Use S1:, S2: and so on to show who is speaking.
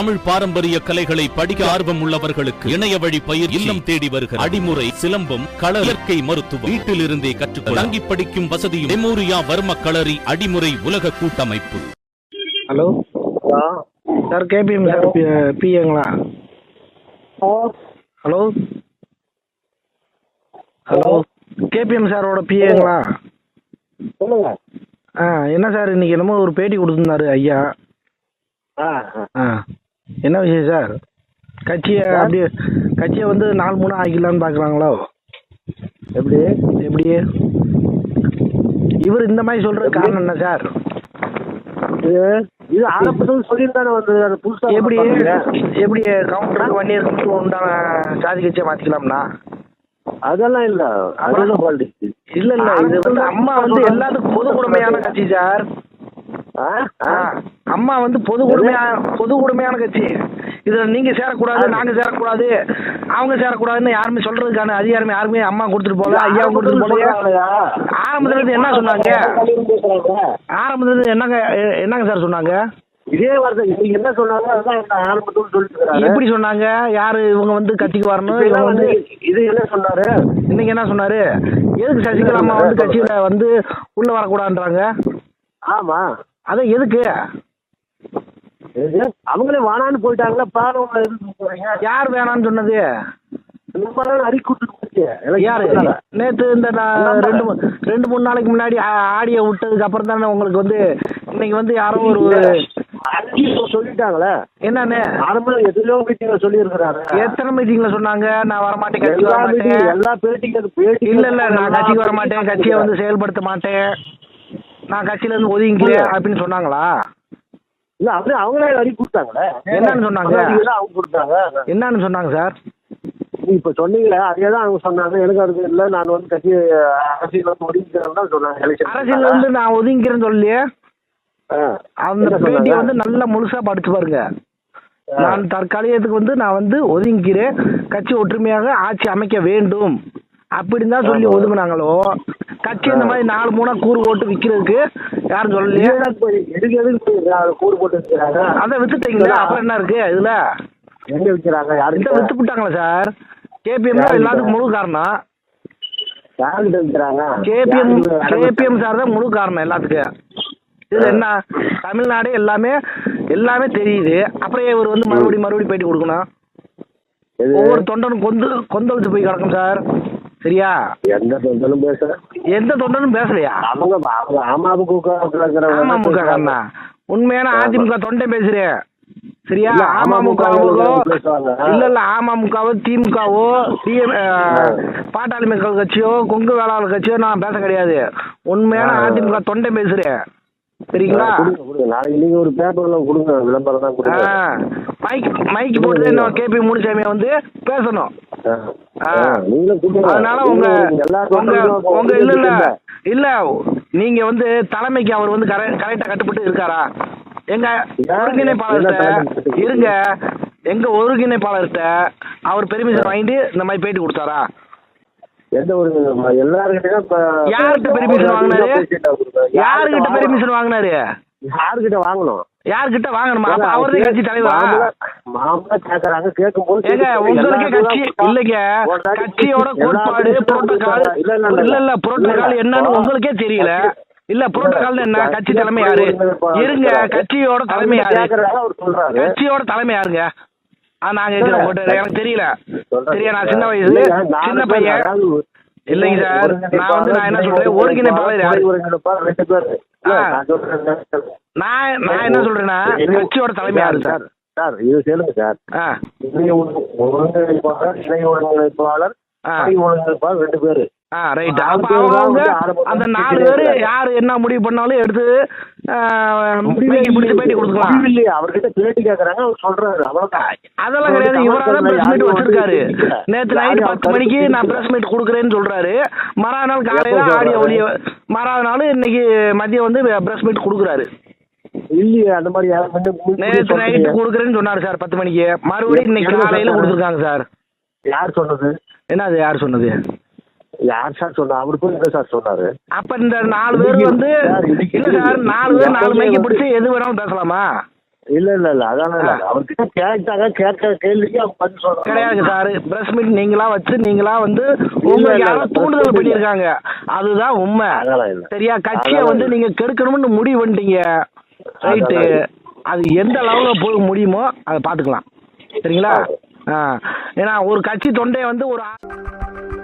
S1: தமிழ் பாரம்பரிய கலைகளை படிக்க ஆர்வம் உள்ளவர்களுக்கு இணைய வழி பயிர் இல்லம் தேடி வருகிற அடிமுறை சிலம்பம் கள இயற்கை மருத்துவம் வீட்டிலிருந்தே கற்றுக்கொள்ள தங்கி படிக்கும் வசதியும் மெமோரியா வர்ம களரி அடிமுறை உலக கூட்டமைப்பு
S2: hello
S3: hello
S2: sir KPM sir பி- பிஏங்களா
S3: ஹலோ
S2: ஹலோ ஹலோ கேபிஎம் சாரோட பிஏங்களா
S3: சொல்லுங்க
S2: ஆ என்ன சார் இன்னைக்கு என்னமோ ஒரு பேட்டி கொடுத்துருந்தாரு ஐயா
S3: ஆ ஆ.
S2: ஆ என்ன விஷயம் சார் கட்சியை அப்படியே கட்சியை வந்து நாலு மூணு ஆக்கிடலான்னு பார்க்குறாங்களோ
S3: எப்படி
S2: எப்படி இவர் இந்த மாதிரி சொல்ற காரணம் என்ன சார்
S3: இது இது ஆரம்பத்தில் சொல்லியிருந்தாரு வந்து அது புதுசா
S2: எப்படி
S3: பண்ணாங்க.
S2: எப்படி கவுண்டருக்கு ஒன் இயர்க்கு உண்டான சாதி கட்சியை மாற்றிக்கலாம்னா
S3: அதெல்லாம் இல்ல அதெல்லாம் பால்டி
S2: இல்ல இல்ல இது வந்து அம்மா வந்து எல்லாத்துக்கும் பொது உடைமையான கட்சி சார் ஆ, அம்மா வந்து பொது உடைமையா பொது உடைமையான கட்சி இதுல நீங்க சேரக்கூடாது நாங்க சேரக்கூடாது அவங்க சேரக்கூடாதுன்னு யாருமே சொல்றதுக்கான அதிகாரம் யாருமே அம்மா கொடுத்துட்டு போல ஐயா கொடுத்துட்டு போலையா ஆரம்பத்துல இருந்து என்ன சொன்னாங்க? ஆரம்பத்துல இருந்து என்னங்க எ- என்னங்க சார் சொன்னாங்க
S3: இதே வார்த்தை நீங்க என்ன சொன்னாங்க அதான் என்ன ஆரம்பத்தில் சொல்லிட்டு இருக்காரு
S2: எப்படி சொன்னாங்க யாரு இவங்க வந்து கட்சிக்கு வரணும்
S3: இப்ப
S2: இவங்க
S3: என்ன
S2: வந்து
S3: வந்து இது என்ன சொன்னாரு
S2: இன்னைக்கு என்ன சொன்னாரு எதுக்கு சசிகலா அம்மா வந்து கட்சியில வந்து உள்ள வரக்கூடாதுன்றாங்க
S3: ஆமா
S2: அதான் எதுக்கு
S3: இது அவங்களே வானான்னு போயிட்டாங்களா பாருங்க எதுக்கு போறீங்க
S2: யார் வேணாம்னு சொன்னது
S3: ரொம்ப நாள் அறிக்கை கொடுத்துட்டு போச்சு எல்லாம்
S2: யாரு
S3: கேட்டாங்க.
S2: நேத்து இந்த நான்
S3: நம்ம-
S2: ரெண்டு மூ- ரெண்டு மூணு நாளைக்கு முன்னாடி ஆ- ஆடியோ விட்டதுக்கு அப்புறம் தானே உங்களுக்கு வந்து இன்னைக்கு வந்து யாரோ ஒரு
S3: அறிக்கையில சொல்லிட்டாங்களே
S2: என்னன்னு
S3: ஆரம்பம் எதுலயோ மீட்டிங்ல சொல்லி இருக்கிறாரு
S2: எத்தனை மீட்டிங்ல சொன்னாங்க நான் வரமாட்டேன் கட்சி
S3: எல்லா
S2: வரமாட்டேன்
S3: மீட்டிங் எல்லா பேட்டிக்கு அது பேட்டி
S2: இல்ல இல்ல நான் கட்சிக்கு வரமாட்டேன் கட்சியை வந்து செயல்படுத்த மாட்டேன் நான் கட்சியில இருந்து ஒதுங்கிக்கிறேன் அப்படின்னு சொன்னாங்களா
S3: இல்ல அவரு அவங்களே அறி கொடுத்தாங்களே
S2: என்னன்னு சொன்னாங்க?
S3: முன்னாடியெல்லாம் அவங்க கொடுத்தாங்க
S2: என்னன்னு சொன்னாங்க சார்
S3: நீ இப்ப சொன்னீங்களே அதே தான் அவங்க சொன்னாங்க எனக்கு அதுக்கு இல்ல நான் வந்து கட்சி அரசியல் வந்து ஒதுக்கிறேன்னு தான் சொன்னாங்க
S2: அரசியல் இருந்து நான் ஒதுங்கிக்கிறேன்னு சொல்லி அந்த பேட்டியை வந்து நல்லா முழுசா படிச்சு பாருங்க நான் தற்காலிகத்துக்கு வந்து நான் வந்து ஒதுங்கிறேன் கட்சி ஒற்றுமையாக ஆட்சி அமைக்க வேண்டும் அப்படின்னு தான் சொல்லி ஒதுங்குனாங்களோ கட்சி இந்த மாதிரி நாலு மூணா கூறு போட்டு விற்கிறதுக்கு யாரும் சொல்லலையே
S3: எதுக்கு எதுக்கு போய் அதை கூறு போட்டு வைக்கிறாங்க
S2: அதை வித்துட்டீங்களா அப்புறம் என்ன இருக்கு இதுல
S3: எங்க வைக்கிறாங்க
S2: இந்த
S3: யாருக்கிட்ட
S2: வித்து விட்டாங்களா சார் கேபிஎம் தான் எல்லாத்துக்கும் முழு காரணம்
S3: யாருக்கிட்ட வைக்கிறாங்க
S2: கேபிஎம்
S3: யாருக்கு-
S2: கேபிஎம் சார் தான் முழு காரணம் எல்லாத்துக்கும் இதுல என்ன தமிழ்நாடு எல்லாமே எல்லாமே தெரியுது அப்புறம் ஏன் இவர் வந்து மறுபடியும் மறுபடியும் பேட்டி கொடுக்கணும்
S3: எது?
S2: ஒவ்வொரு தொண்டனும் கொந்து கொந்தளிச்சு போய் கிடக்கும் சார் சரியா
S3: எந்த சொன்னாலும் பேசுறேன்
S2: எந்த தொண்டனும் பேசலையா
S3: அவங்க அவங்க அம்மாவுக்கு
S2: அமமுக காரணா உண்மையான அதிமுக தொண்டை பேசுறேன் சரியா
S3: இல்ல,
S2: அமமுக
S3: அவங்க பேசுவாங்க.
S2: இல்ல இல்ல அமமுகவோ திமுகவோ டிஎம் பாட்டாளி மக்கள் கட்சியோ கொங்கு வேளாளர் கட்சியோ நான் பேச கிடையாது உண்மையான அதிமுக தொண்டை பேசுறேன் சரிங்களா
S3: கொடுங்க கொடுங்க நாளைக்கு நீங்க ஒரு பேப்பர்ல கொடுங்க விளம்பரம் தான் கொடுங்க
S2: மைக் மைக் போட்டு இன்னும் கேபி முனுசாமியை வந்து பேசணும்
S3: ஆ.
S2: ஆ.
S3: ஆ, நீங்களும் கொடுங்க
S2: அதனால உங்க
S3: நீங்களும் எல்லா
S2: உங்க
S3: தொண்டர்களும்
S2: உங்க
S3: உங்களுக்கு
S2: இல்ல இல்ல
S3: கொடுங்க.
S2: இல்ல நீங்க வந்து தலைமைக்கு அவர் வந்து கரெக்டா கட்டுப்பட்டு இருக்காரா எங்க
S3: ஏன்?
S2: ஒருங்கிணைப்பாளர்கிட்ட
S3: என்ன தலைமை கட்டுப்பட்டு
S2: இருங்க எங்க ஒருங்கிணைப்பாளர்கிட்ட அவர் பெர்மிஷன் வாங்கிட்டு இந்த மாதிரி பேட்டி கொடுத்தாரா
S3: எந்த ஒரு எல்லாருக்கிட்டையும் இப்ப-
S2: யார்கிட்ட பெர்மிஷன் வாங்கினாரு
S3: பேசிட்டா கொடுங்க.
S2: யாருகிட்ட
S3: யார்கிட்ட
S2: பெர்மிஷன் வாங்கினாரு
S3: வாங்கணும்? யார்கிட்ட வாங்கணும்
S2: யார்கிட்ட வாங்கணுமா அப்ப அவர்தான் கட்சி தலைவரா
S3: மாமலா- மாமலா கேக்குறாங்க, கேக்கும்போது
S2: ஏங்க
S3: கேக்குது.
S2: உங்களுக்கு
S3: எல்லாரும்
S2: கட்சி
S3: தான்
S2: இல்லைங்க
S3: ஒரு நாளைக்கு
S2: கட்சியோட
S3: எல்லாரும்
S2: கோட்பாடு
S3: தான்
S2: புரோட்டோகால்
S3: இல்ல, இல்ல, இல்ல.
S2: இல்ல இல்ல புரோட்டோகால்
S3: இல்ல,
S2: என்னன்னு
S3: இல்ல.
S2: உங்களுக்கே தெரியல இல்ல புரோட்டோகால் என்ன கட்சி தலைமை யாரு இருங்க கட்சியோட தலைமை யாரு
S3: கேக்குறாங்க, அவர் சொல்றாரு.
S2: கட்சியோட தலைமை யாருங்க ஆ நாங்க
S3: இல்ல.
S2: கேட்கிறோம் போட்டு எனக்கு தெரியல
S3: சொல்றாரு.
S2: சரியா நான் சின்ன வயசு
S3: இல்லைங்க, நாலு
S2: சின்ன
S3: பேர்
S2: பையன்
S3: அதாவது
S2: இல்லைங்க சார் நான் வந்து நான் என்ன சொல்றேன் ஒருங்கிணைப்பாளர் யாரு
S3: ஒருங்கிணைப்பாளர் ரெண்டு பேர் இல்ல,
S2: ஆ.
S3: நான் சொல்றேன் என்ன சொல்றேன்.
S2: நான் நான் என்ன சொல்றேன்னா
S3: இருங்க.
S2: கட்சியோட தலைமை யாரு சார்
S3: சார் இது சொல்லுங்க சார்
S2: ஆ
S3: இணை ஒரு- ஒருங்கிணைப்பாளர் இணை ஒருங்கிணைப்பாளர்
S2: ஆ.
S3: துணை ஒருங்கிணைப்பாளர் ரெண்டு பேரு
S2: ஆ ரைட்
S3: நாலு
S2: அப்ப
S3: பேர் தான்
S2: அவங்க
S3: வந்து ஆரம்பத்துல
S2: அந்த நாலு
S3: பேசிட்டு
S2: பேர்
S3: இருக்காங்க.
S2: யாரு என்ன முடிவு பண்ணாலும் எடுத்து ஆ, மைக்கை பிடிச்சு பேட்டி கொடுத்துக்கலாம்
S3: முடிவில்லை. அவர்கிட்ட பேட்டி கேக்குறாங்க அவர் சொல்றாரு அவ்வளவுதான்
S2: அதெல்லாம் கிடையாது இவரா தான் பிரஸ் மீட் வச்சிருக்காரு நேத்து நைட் பத்து மணிக்கு நான் பிரஸ் மீட் கொடுக்குறேன்னு சொல்றாரு மறா நாள் காலையில
S3: எப்போ
S2: ஆடியோ
S3: சொல்றாரு?
S2: ஒளிய மறா நாள் இன்னைக்கு மதியம் வந்து பிரஸ் மீட் கொடுக்குறாரு
S3: இல்லையே அந்த மாதிரி யாரும் வந்து முன்கூட்டியே
S2: நேத்து
S3: சொல்றீங்க.
S2: நைட் கொடுக்குறேன்னு சொன்னாரு சார் பத்து மணிக்கு மறுபடியும் இன்னைக்கு
S3: என்ன
S2: காலையில
S3: சொன்னாரு?
S2: கொடுத்துருக்காங்க சார்
S3: யார் சொன்னது
S2: என்னது யார் சொன்னது
S3: யார் சார் சொன்னா அவரு போய் என்ன சார் சொன்னாரு
S2: அப்ப இந்த நாலு பேர் வந்து
S3: சார், இதுக்கு-
S2: இல்ல சார் நாலு பேர் நாலு மைக்கு பிடிச்சி எது வேணாலும் பேசலாமா
S3: இல்ல இல்ல இல்ல அதான் இல்ல. அவர்கிட்ட கேட்டாங்க கேட்ட கேள்விக்கு அவங்க பதில்
S2: கிடையாது
S3: சொல்றாங்க
S2: சார் பிரஸ் மீட் நீங்களா வச்சு நீங்களா வந்து
S3: இல்ல,
S2: உங்க
S3: இல்ல,
S2: யாரோ
S3: press
S2: தூண்டுதல்
S3: meet
S2: பண்ணியிருக்காங்க அதுதான் உண்மை
S3: அதெல்லாம் இல்ல.
S2: சரியா கட்சியை
S3: அதெல்லாம்
S2: வந்து
S3: இல்ல.
S2: நீங்க கெடுக்கணும்னு முடிவு பண்ணிட்டீங்க ரைட்டு
S3: அதெல்லாம் இல்ல.
S2: அது எந்த அளவுல போய் முடியுமோ அதை பாத்துக்கலாம் சரிங்களா ஆ ஏன்னா ஒரு கட்சி தொண்டையை வந்து ஒரு ஆ-